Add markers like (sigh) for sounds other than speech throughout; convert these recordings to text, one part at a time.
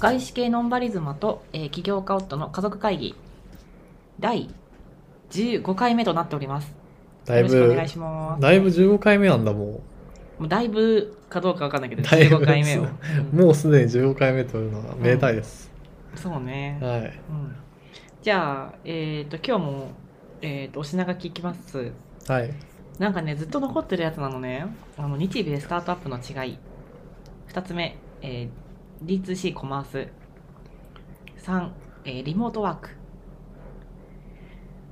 外資系ノンバリズマと、えー起業家夫の家族会議第15回目となっております。だいよろしくおぶ願い、します。だいぶ15回目なんだももうだいぶかどうかわかんないけど、だいぶ15回目を。そうう。んもうすでに15回目というのはめでたいです。そうね。はい。うん、じゃあ、えっ、と、今日も、えっ、と、お品書きいきます。はい。なんかね、ずっと残ってるやつなのね。あの、日米スタートアップの違い。二つ目、えー、D2C コマース。三、えーリモートワーク。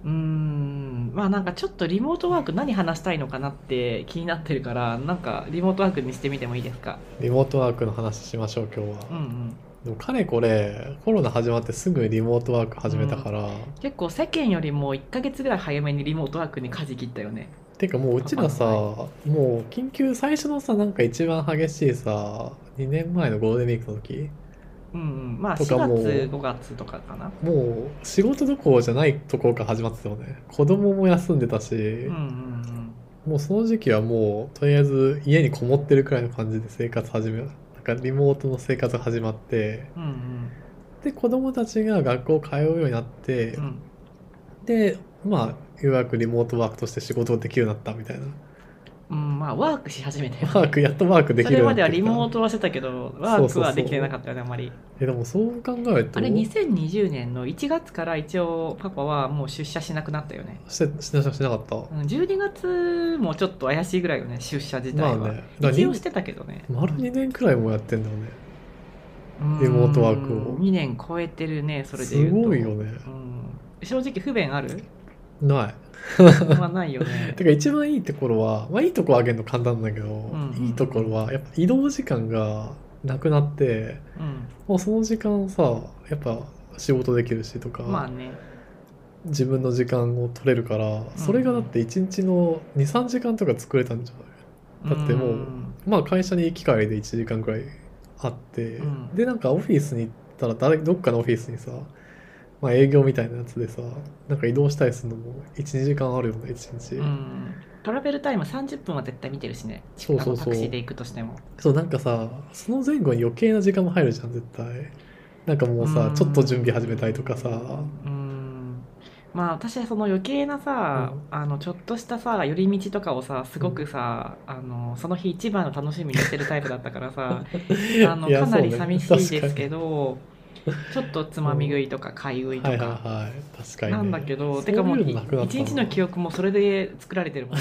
うーん、まあなんかちょっとリモートワーク何話したいのかなって気になってるから、なんかリモートワークにしてみてもいいですか。リモートワークの話しましょう、今日は。うんうん。でもかれこれ、コロナ始まってすぐリモートワーク始めたから、結構世間よりも1ヶ月ぐらい早めにリモートワークに舵切ったよね。てかもううちらさ、わもう緊急、最初のさ、なんか一番激しいさ、2年前のゴールデンウィークの時、うんうん。まあ4とかもう月、5月とかかな。もう仕事どころじゃないところから始まってたよね。子供も休んでたし、うんうんうん。もうその時期はもうとりあえず家にこもってるくらいの感じで生活始めなんかリモートの生活が始まってうんうん。で子供たちが学校通うようになってうんでまあようやくリモートワークとして仕事ができるようになったみたいなうん、まあワークし始めたよ、ワークやっとワークでそきるれようまにでなはってリきたモートはしてたけど、ワークそうそうそはうできてなかったよね、あまり。えでもそう考えるとあれ、2020年の1月から一応、パパはもう出社しなくなったよね。してしなしなしなかったうん12月もちょっと怪しいぐらいよね、出社自体は。まあねだから一応してたけどね。丸2年くらいもやってんだよねうんリモートワークを2年超えてるね、それです言うと。ごいよねうん正直不便あ (laughs) るないまあないよねて。か一番いいところは、まあ、いいところ上げるの簡単だけど、んうんいいところはやっぱ移動時間がなくなってうん、もうその時間さやっぱ仕事できるしとか、まあね。自分の時間を取れるからそれがだって1日の23時間とか作れたんじゃないだってもうんまあ会社に行き帰りで1時間くらいあって、うんでなんかオフィスに行ったら誰どっかのオフィスにさ、まあ、営業みたいなやつでさなんか移動したりするのも12時間あるよね1日、うん、トラベルタイム30分は絶対見てるしね。そうそうそうあのタクシーで行くとしても。そうなんかさその前後に余計な時間も入るじゃん絶対なんかもうさうんちょっと準備始めたりとかさうーんまあ私はその余計なさ、うんあのちょっとしたさ寄り道とかをさすごくさ、あのその日一番の楽しみにしてるタイプだったからさあの (laughs) いやかなりそうね寂しいですけど、ちょっとつまみ食いとか買い食いとはいはいか。はい確かにねなんだけど、そうてかもういうのなくなった一日の記憶もそれで作られて (laughs) るもん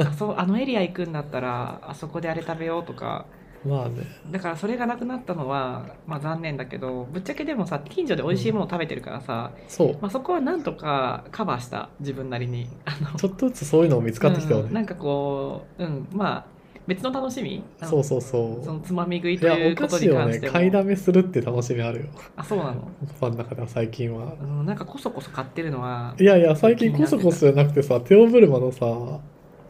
あそうあのエリア行くんだったらあそこであれ食べようとかまあねだからそれがなくなったのは、まあ、残念だけどぶっちゃけでもさ近所で美味しいもの食べてるからさ、そうまあ、そこはなんとかカバーした自分なりにあのちょっとずつそういうのを見つかってきたようんなねんかこううんまあ別の楽しみあのそうそうそうそのつまみ食いいとやいおうこ菓とに子を関しねても買いだめするって楽しみあるよあそうなの、ファンの中では最近はうん、なんかこそこそ買ってるのはいやいや最近コソコソじゃなくてさテオブルマのさ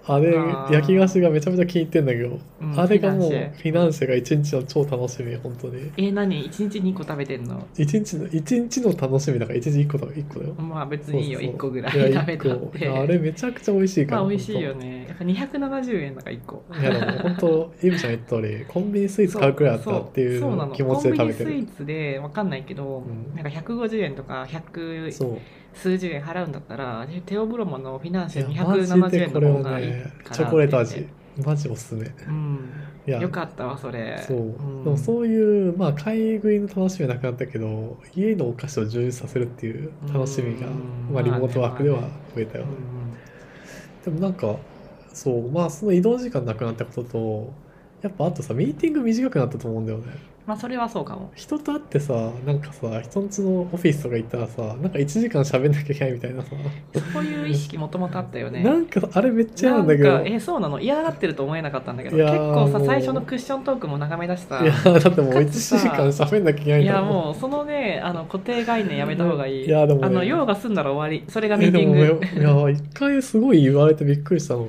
あれあー焼き菓子がめちゃめちゃ気に入ってんだけど、うんあれがもうフフィナンィナンシェが一日の超楽しみ本当にえ何1日2個食べてんの一日の一日の楽しみだから一日一個だ一個だよ。まあ別にいいよそうそうそう1個ぐらいや食べたっ一個いやあてれめちゃくちゃ美味しいかまら。あ美味しいよねやっぱ270円だから1個本当。いやでも本当イブちゃん言った通りコンビニスイーツ買うくらいだったらっていそうそうなのう気持ちで食べてコンビニる。スイーツでわかんないけど、んなんか150円とか100そう。数十円払うんだったらテオブロマのフィナンシェいやマジ270で円このれ方をがいいねからチョコレートって味マジおすすめ。い言ってうんやよかったわそれそう、んでもそういうまあ買い食いの楽しみはなくなったけど家のお菓子を充実させるっていう楽しみが、うんまあ、リモートワークでは増えたうよんね。でもなんかそうまあその移動時間なくなったこととやっぱあとさミーティング短くなったと思うんだよねまあそれはそうかも人と会ってさなんかさ人んちのオフィスとか行ったらさなんか1時間喋んなきゃいけないみたいなさ、そういう意識もともとあったよねなんかあれめっちゃな嫌なんんだけどかえそうなの嫌がってると思えなかったんだけどいや結ー構さもう最初のクッショントークも眺め出したいやだってもうか1つさ時間喋んなきゃいけないいんやだんもうそのねあの固定概念やめた方がいいいやでもねあの用が済んだら終わりそれがミえーテでィンもグいや一回すごい言われてびっくりしたの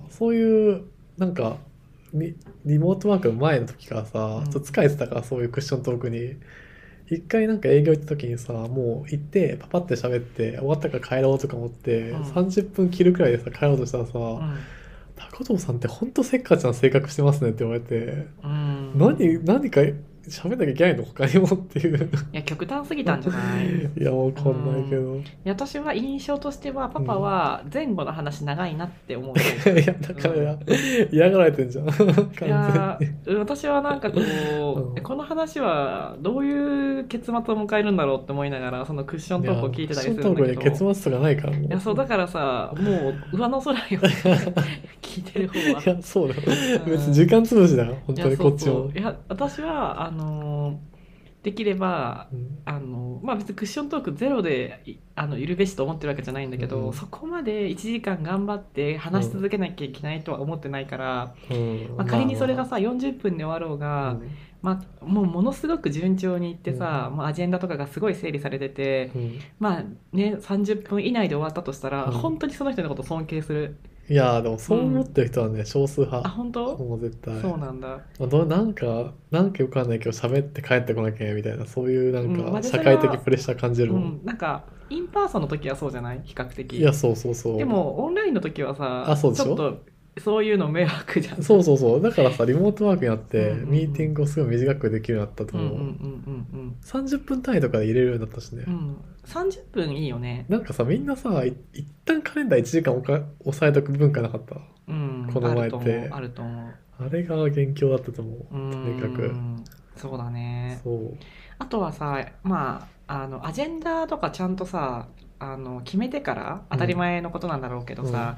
が、うそういうなんかリリモートワークの前の時からさ、うんちょっと疲れてたからそういうクッショントークに一回なんか営業行った時にさもう行ってパパって喋って終わったから帰ろうとか思って、うん30分切るくらいでさ帰ろうとしたらさ「うん高藤さんってほんとせっかちな性格してますね」って言われて、うん何何か喋んなきゃいけないの他にもっていういや極端すぎたんじゃないい (laughs) いやわかんないけどや私は印象としてはパパは前後の話長いなって (laughs) 思う、いやだからや、嫌がられてんじゃん完いや全にー私はなんかこう、うんこの話はどういう結末を迎えるんだろうって思いながらそのクッショントークを聞いてたりするんだけいやクッショントークどね結末とかないからもういやそうだからさもう上の空よ聞いてる方は (laughs) いやそうだようん別に時間潰しだよ本い当にやこそっうちそもういや私はあのーできればうんあのまあ別にクッショントークゼロでいあのいるべしと思ってるわけじゃないんだけど、うんそこまで1時間頑張って話し続けなきゃいけないとは思ってないから、うんまあ、仮にそれがさ40分で終わろうが、まあ、もうものすごく順調にいってさ、まあ、アジェンダとかがすごい整理されてて、うんまあね、30分以内で終わったとしたら、うん本当にその人のこと尊敬するいやでもそう思ってる人はね少数あ派本当、もう絶対そうなんだまあどうなんかなんかよくわかんないけど喋って帰ってこなきゃみたいなそういうなんうんまあかで社会それ的はプレッシャー感じうるもんんなんかインパーソンの時はそうじゃない比較的いやそうそうそうでもオンラインの時はさあそうでしちょょっとそういうの迷惑じゃんそうそうそうだからさリモートワークになってうんうんうんミーティングをすごい短くできるようになったとうんうん思う、うんうん30分単位とかで入れるようになったしね、うんうん30分いいよねなんかさみんなさい一旦カレンダー1時間おか押さえとく文化なかったうんこの前ってあると思うあれが元凶だったと思うあると思うとにかくうんそうだねそうあとはさ、まあ、あのアジェンダとかちゃんとさあの決めてから当たり前のことなんだろうけどさ、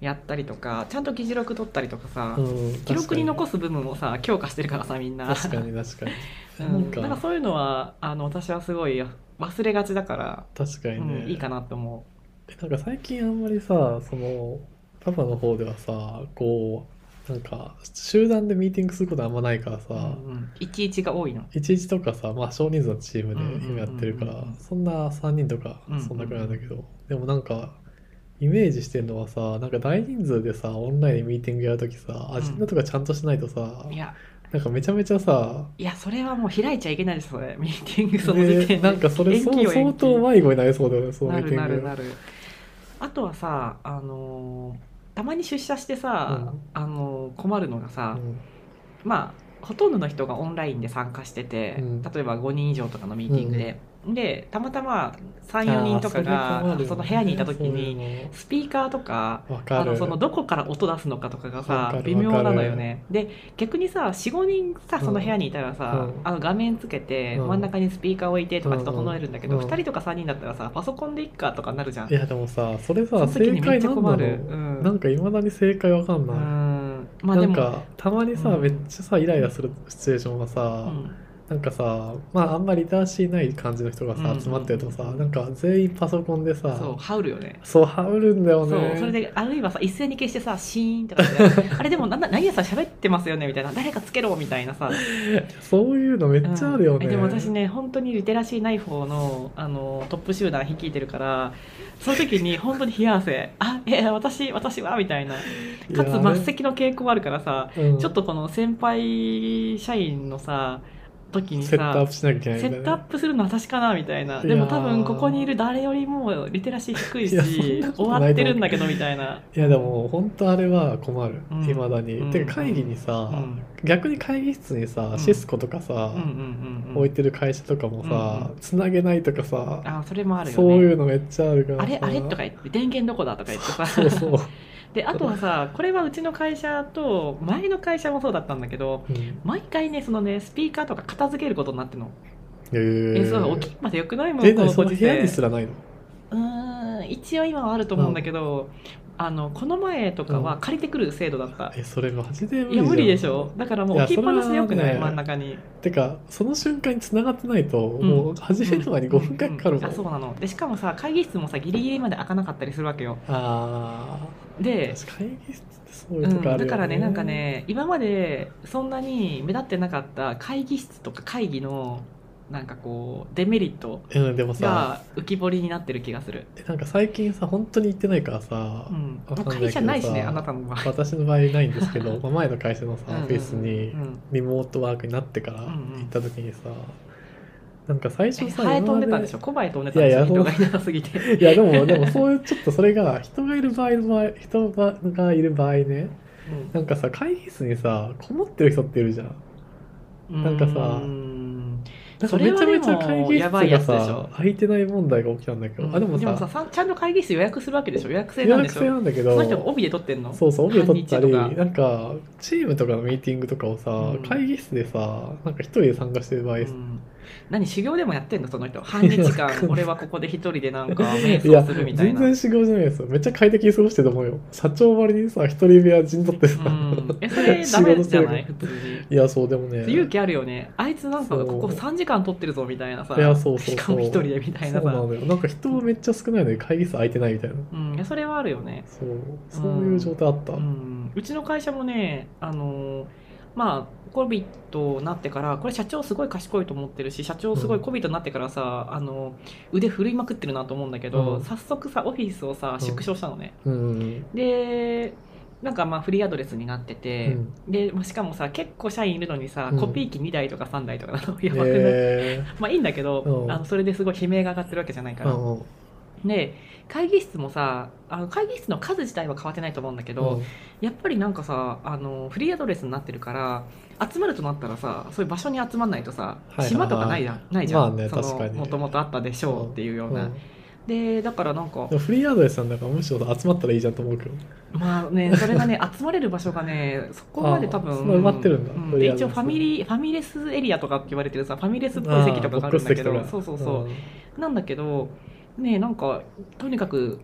やったりとかちゃんと議事録取ったりとかさ、うん記録に残すす部分もさ強化してるからさみんな確かに確かに (laughs) うなんんなかんかそういうのはあの私はすごい忘れがちだから、確かにね、うん、いいかなって思えなんか最近あんまりさそのパパの方ではさこうなんか集団でミーティングすることあんまないからう、うんさ、うん、いちいちが多いのいちいちとかさ、まあ、少人数のチームうんうんうんうでん今やってるから、そんな3人とかうんうんそんなくらいなんだけど、でもなんかイメージしてるのはさなんか大人数でさオンラインでミーティングやるときさアジェンダとかちゃんとしないとさ、いやなんかめちゃめちゃさいやそれはもう開いちゃいけないですそれミーティングその時点ででなんかそれ延期そうよ延相期当迷子になりそうだよねそのなミーるティなングるなるあとはさあのーたまに出社してさ、うんあのー困るのがさ、うんまあほとんどの人がオンラインで参加してて、うん例えば5人以上とかのミーティングで、でたまたま34人とかあーれ困がるよねその部屋にいた時そういうにのスピーカーとかわかあのるそのどこから音出すのかとかがわかさる微妙なのよねで逆にさ45人さうんその部屋にいたらさ、うんあの画面つけて、うん真ん中にスピーカー置いてとかって整えるんだけど、うん2人とか3人だったらさパソコンでいっかとかなるじゃんいやでもさそれそのさ時正にめっ解ちゃなん困なるの、うんなんかいまだに正解わかんうない、んまあなでんもかたまにさ、うんめっちゃさイライラするシチュエーションがうさ、んなんかさまああんまりリターシーない感じの人がうんさ集まってるとさ、うんなんか全員パソコンでさそうハウるよねそう羽織るんだよそうねそれであるいはさ一斉に消してさシーンとかってあれでもなんだ何やさ喋ってますよねみたいな誰かつけろみたいなさそういうのめっちゃあるよね、うんえでも私ね本当にリテラシーない方のあのトップ集団率いてるからその時 (laughs) に本当に冷や汗あえ私私はみたいないかやつ末席の傾向もあるからさ、あれうんちょっとこの先輩社員のさ時にさセットアップしなきゃいけないセみたいットアなップするのは私かなみたいな。いでやーも多分ここにいる誰よりもリテラシー低いし、いやそんなこと終わってるんだけどみたいな。いやでも本当あれは困るうんいま、未だに、うんてか会議にさ、うん逆に会議室にさ、うんシスコとかさ、うんうんうんうん置いてる会社とかもさ、うんつなげないとかさ、あー、それもあるよね。そういうのめっちゃあるからあされあれとか言って、電源どこだとか言ってさ。そうそう、で、あとはさ、これはうちの会社と、前の会社もそうだったんだけど、うん毎回ね、そのね、スピーカーとか片付けることになってんの。えーえ、そう、置きっぱでよくないもん、えこう何そ閉の部じて屋にすらないのうーん、一応今はあると思うんだけど、あの、この前とかは借りてくる制度だった。えそれマジで無理いじやゃん無理でしょだからもういや置きっぱなしでよくないそれはね真ん中にてかその瞬間に繋がってないと、んもう始める前に5分間かかるもん、あそうなのでしかもさ会議室もさギリギリまで開かなかったりするわけよあーで確かに会議室ってそういううん、とこあるよ、ねだからねなんかね今までそんなに目立ってなかった会議室とか会議のなんかこうデメリットうんでもさが浮き彫りになってる気がする、えなんか最近さ本当に行ってないからさ、うん、わかんないけど会さ社ないしねあなたの場合私の場合ないんですけどまあ前の会社のさうんうんオフィスにうんリモートワークになってかうらんうん行った時にさ、なんか最初えさハエ今飛んまでたんでしょコバエ飛んでたんいでしやょいや人がいなさすぎていやでもでもそういうちょっとそれが人がいる場合の場合人がいる場合ねなんかさ会議室にさこもってる人っているじゃんなんか (laughs) さうんなんかそれめはちゃでめもちゃ会議やばい室やがつでしょさ空いてない問題が起きたんだけど、うんあでもささちゃんと会議室予約するわけでしょ予約制予なんで約し制ょなんだけそどの人が帯で取ってんのそうそう帯を取ったり半日とかなんかチームとかのミーティングとかをさ、うん会議室でさなんか一人で参加してる場合、うん何修行でもやってんのその人半日間わかんない俺はここで一人でなんか瞑いや想するみたい全な然修行じゃないですよめっちゃ快適に過ごしてると思うよ社長割にさ一人部屋陣取ってさ、うんえそれダメじゃない普通に (laughs) いやそうでもね勇気あるよねあいつなんかそうここ3時間取ってるぞみたいなさいやそうそしうそうかも一人でみたいなそうなさのよなんか人めっちゃ少ないのに会議室空いてないみたいなうんいやそれはあるよねそうそういう状態あった、うんうちの会社もねあのーまあ COVID になってからこれ社長すごい賢いと思ってるし社長すごいうん COVID になってからさ、あの腕振るいまくってるなと思うんだけど、うん早速さオフィスをさうん縮小したのね、うんでなんかまあフリーアドレスになってうて、んでまあしかもさ結構社員いるのにさ、うんコピー機2台とか3台とかなのやばくない、え (laughs) まあいいんだけど、うんあのそれですごい悲鳴が上がってるわけじゃないから、ーうんで会議室もさあの会議室の数自体は変わってないと思うんだけど、うんやっぱりなんかさあのフリーアドレスになってるから集まるとなったらさそういう場所に集まんないとさ、いはいはい島とかないじゃんないじゃん、まあね確かにもともとあったでしょうっていうような、うんでだからなんかでもフリーアドレスなんだからむしろ集まったらいいじゃんと思うけどまあねそれが (laughs) ね集まれる場所がねそこまで多分あそんな埋まってるんだうフでリーア一ドレス応ファミリーファミレスエリアとかって言われてるさファミレスっぽい席とかがあるんだけあーボどックス席とかそうそうそう、んなんだけどねなんかとにかく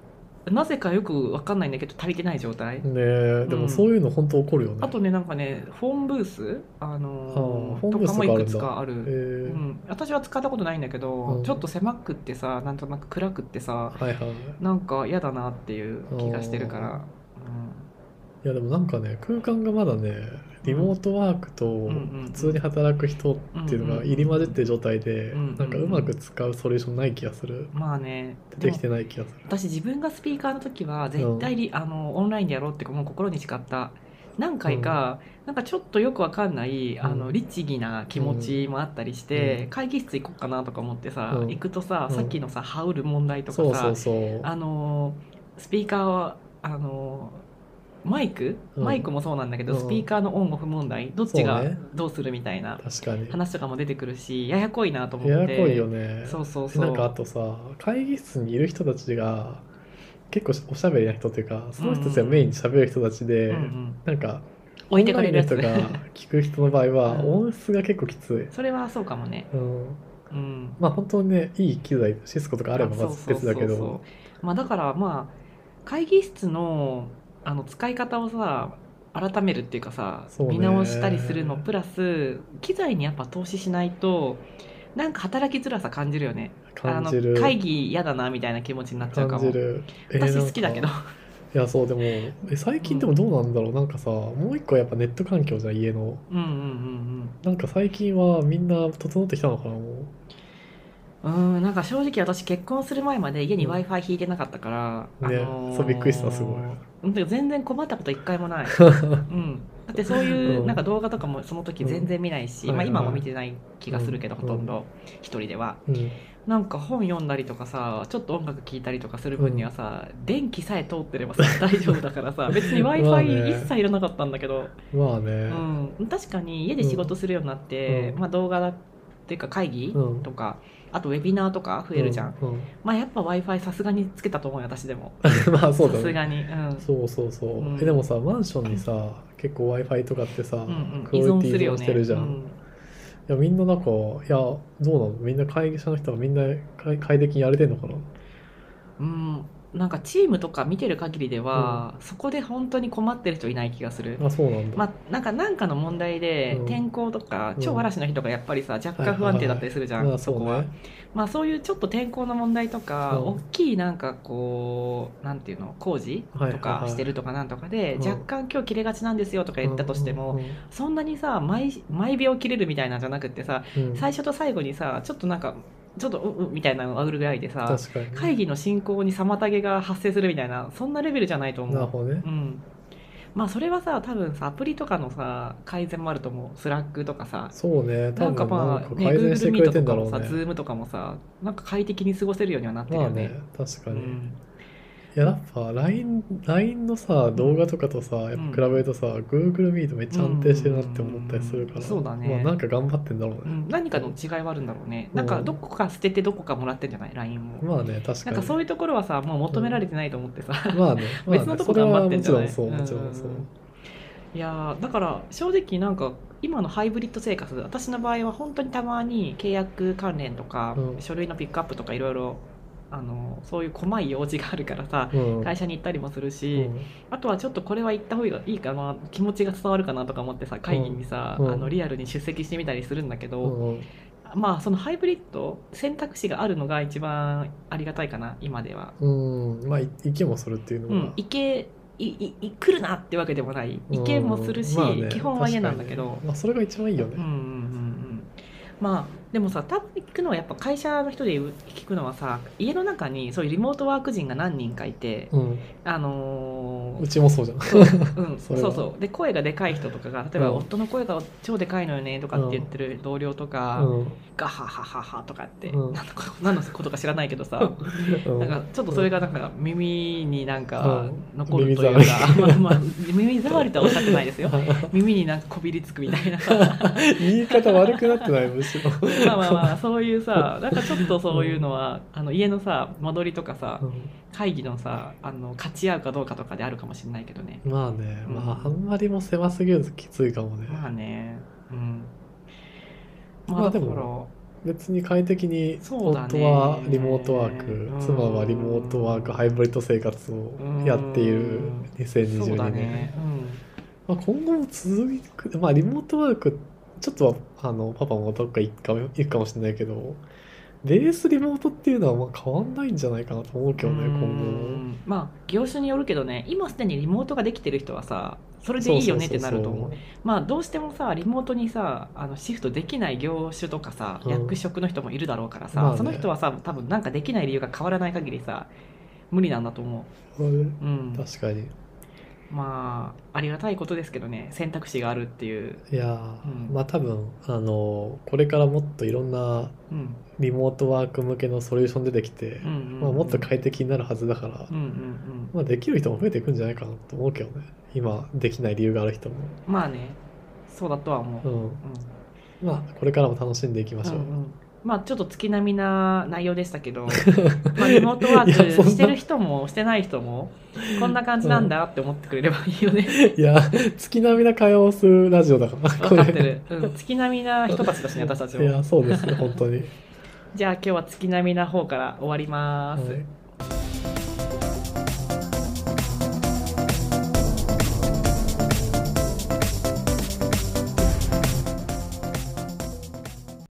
なぜかよくわかんないんだけど足りてない状態、ねえでもそういうの本当怒るよね、あとねなんかねホームブースあのああーホームとブーかスもがいあくるんだつかあえる、うーん、私は使ったことないんだけど、うんちょっと狭くってさなんとなく暗くってさはいはいいなんか嫌だなっていう気がしてるから、やでもなんかね空間がまだねリモートワークうとんうんうん普通に働く人っていうのが入り混じってる状態で、うんうんうんなんかうまく使うソリューションない気がするまあね出てきてない気がする私自分がスピーカーの時は絶対に、あのオンラインでやろうってもう心に誓った何回か、なんかちょっとよくわかんない、あうのん律儀な気持ちもあったりして、うん会議室行こうかなとか思ってさ、うん行くとさ、うんさっきのさ羽織る問題とかさそうそうそうあのスピーカーはあのマイクうんマイクもそうなんだけど、うんスピーカーのオンオフ問題どっちがそうねどうするみたいな確かに話とかも出てくるしややこいなと思ってややこいよねそうそうそうなんかあとさ会議室にいる人たちが結構おしゃべりな人っていうかその人たちがメインにしゃべる人たちで、うんうんなんか置いてかれるやオつンラインの人が聞く人の場合はうん音質が結構きつい、それはそうかもねうん、うんまあ本当にねいい機材シスコとかあればまそうずそうそう別そうだけどまあだからまあ会議室のあの使い方をさ改めるっていうかさそうね見直したりするのプラス機材にやっぱ投資しないとなんか働きづらさ感じるよね感じるあの会議嫌だなみたいな気持ちになっちゃうか感もじる、えー私好きだけどなんかいやそうでもえ最近でもどうなんだろう、なんかさもう一個やっぱネット環境じゃん家の (laughs) うんうんなんか最近はみんな整ってきたのかなもううんうんうんなんか正直私結婚する前まで家にうん w i f i 引いてなかったから、ねあのーそうびっくりしたすごいうんてか全然困ったこと一回もない、うん、だってそういう、うんなんか動画とかもその時全然見ないし、うんまあ、はいはい今も見てない気がするけど、うんほとんど一人ではうんなんか本読んだりとかさちょっと音楽聴いたりとかする分にはさ、電気さえ通ってればさ (laughs) 大丈夫だから (laughs) さ別に w i ま f あ i ね一切いらなかったんだけど、まあね、うん、確かに家で仕事するようになって、うんまあ、動画だっていうか会議うんとか、あとウェビナーとか増えるじゃん、うんうんまあやっぱ w i f i さすがにつけたと思うよ私でもまあそうさだすねがに、うん、そうそうそう、うんえでもさマンションにさ結構 w i f i とかってさ、うんうクん、依オ存リテするィ依よ存ねしてるじゃん、うんいやみんななんかいやどうなのみんな会議者の人はみんな快快適にやれてんのかなうん、なんかチームとか見てる限りでは、そこで本当に困ってる人いない気がする。あそうなんだ、まあ、なんかなんかの問題で、うん天候とかうん超嵐の日とかやっぱりさ若干不安定だったりするじゃん、まあそこは、ねまあ、そういうちょっと天候の問題とか、うん大きいなんかこうなんていうの工事はいはいはいとかしてるとかなんとかで、うん若干今日切れがちなんですよとか言ったとしても、うんうんそんなにさ毎毎秒切れるみたいなんじゃなくってさうんうん最初と最後にさちょっとなんかちょっとうんうんみたいなのがあるぐらいでさ確かにね会議の進行に妨げが発生するみたいなそんなレベルじゃないとなる思ほどねう、うん、まあそれはさ多分さアプリとかのさ改善もあると思うスラックとかさそうねな多んか分まなんあかね改善して Google く Meet れてとんかだろうもさね Zoom とかもさなんか快適に過ごせるようにはなってるまよあねね,、確かに、うん、ややっぱ LINE, LINE のさ動画とかとさやっぱ比べるとさ、Google Meet めっちゃ安定してるなって思ったりするから、うんそうだねまあ、なんか頑張ってんだろううね、ん、何かの違いはあるんだろうね。うんなんかどこか捨ててどこかもらってんじゃない ?LINE を。まあね確なかんにかそういうところはさ、もう求められてないと思ってさ。まあね、まあね別のとこ頑張ってんじゃないそれはもちろんそうもちろんそう、いやーだから正直なんか今のハイブリッド生活私の場合は本当にたまに契約関連とか、うん書類のピックアップとかいろいろあのそういう細い用事があるからさうん会社に行ったりもするし、うんあとはちょっとこれは行った方がいいかな気持ちが伝わるかなとか思ってさ会議にさ、うんあのリアルに出席してみたりするんだけど、うんまあそのハイブリッド選択肢があるのが一番ありがたいかな今では。うん、うんまあい行けもするっていうのうが、ん、行けいいい来るなってわけでもないうん行けもするし、まあね基本は嫌なんだけど、確かにまあ、それが一番いいようんうんね、うんうんまあでもさ多分聞くのはやっぱ会社の人で聞くのはさ家の中にそういうリモートワーク人が何人かいて、うんあのうーちもそうじゃんそううん、そそれはうそうで声がでかい人とかが例えば、うん夫の声が超でかいのよねとかって言ってる同僚とか、うんガハハハハとかって、うんなん、何のことか知らないけどさうんなんかちょっとそれがなんか耳になんかうん残るというか、ま (laughs) あまあ耳障りとはおっしゃってないですよ。耳になんかこびりつくみたいな (laughs) 言い方悪くなってないむしろ、まあまあまあそういうさなんかちょっとそういうのは、あの家のさ間取りとかさう会議のさあの勝ち合うかどうかとかであるかもしれないけどねんまあね、うんまああんまりも狭すぎるときついかもね、まあねうんまあまあだでから、も別に快適にそ夫うだねはリモートワーうんク妻はリモートワークハイブリッド生活をやっているうん2022そう年、だねうんまあ、今後も続く、まあ、リモートワークちょっとはあのパパもどっか行くかも行くかもしれないけどベースリモートっていうのはまあ変わんないんじゃないかなと思うけどねう今後もんまあ業種によるけどね今すでにリモートができてる人はさそれでいいよねってなると思うそうまあどうしてもさリモートにさあのシフトできない業種とかさ、うん役職の人もいるだろうからさ、まあねその人はさ多分なんかできない理由が変わらない限りさ無理なんだと思そうそうそうう、うんまあ、ね確かにまあありがたいことですけどね選択肢があるっていう、いやー、うんまあ多分あのこれからもっといろんなうんリモートワーク向けのソリューション出てきてう、んうんうんまあ、もっと快適になるはずだから、うんうんうんまあ、できる人も増えていくんじゃないかなと思うけどね今できない理由がある人も、まあねそうだとは思う、ううんん、まあこれからも楽しんでいきましょう、うんうんまあちょっと月並みな内容でしたけ (laughs) どまあリモートワーいやそクんなしてる人もしてない人もこんな感じなんだって思ってくれればいいよね (laughs) いや、月並みな会話をするラジオだから、分かってる、うん、月並みな人たちだしね私たちいもや、そうですね、本当に。じゃあ今日は月並みな方から終わります、はい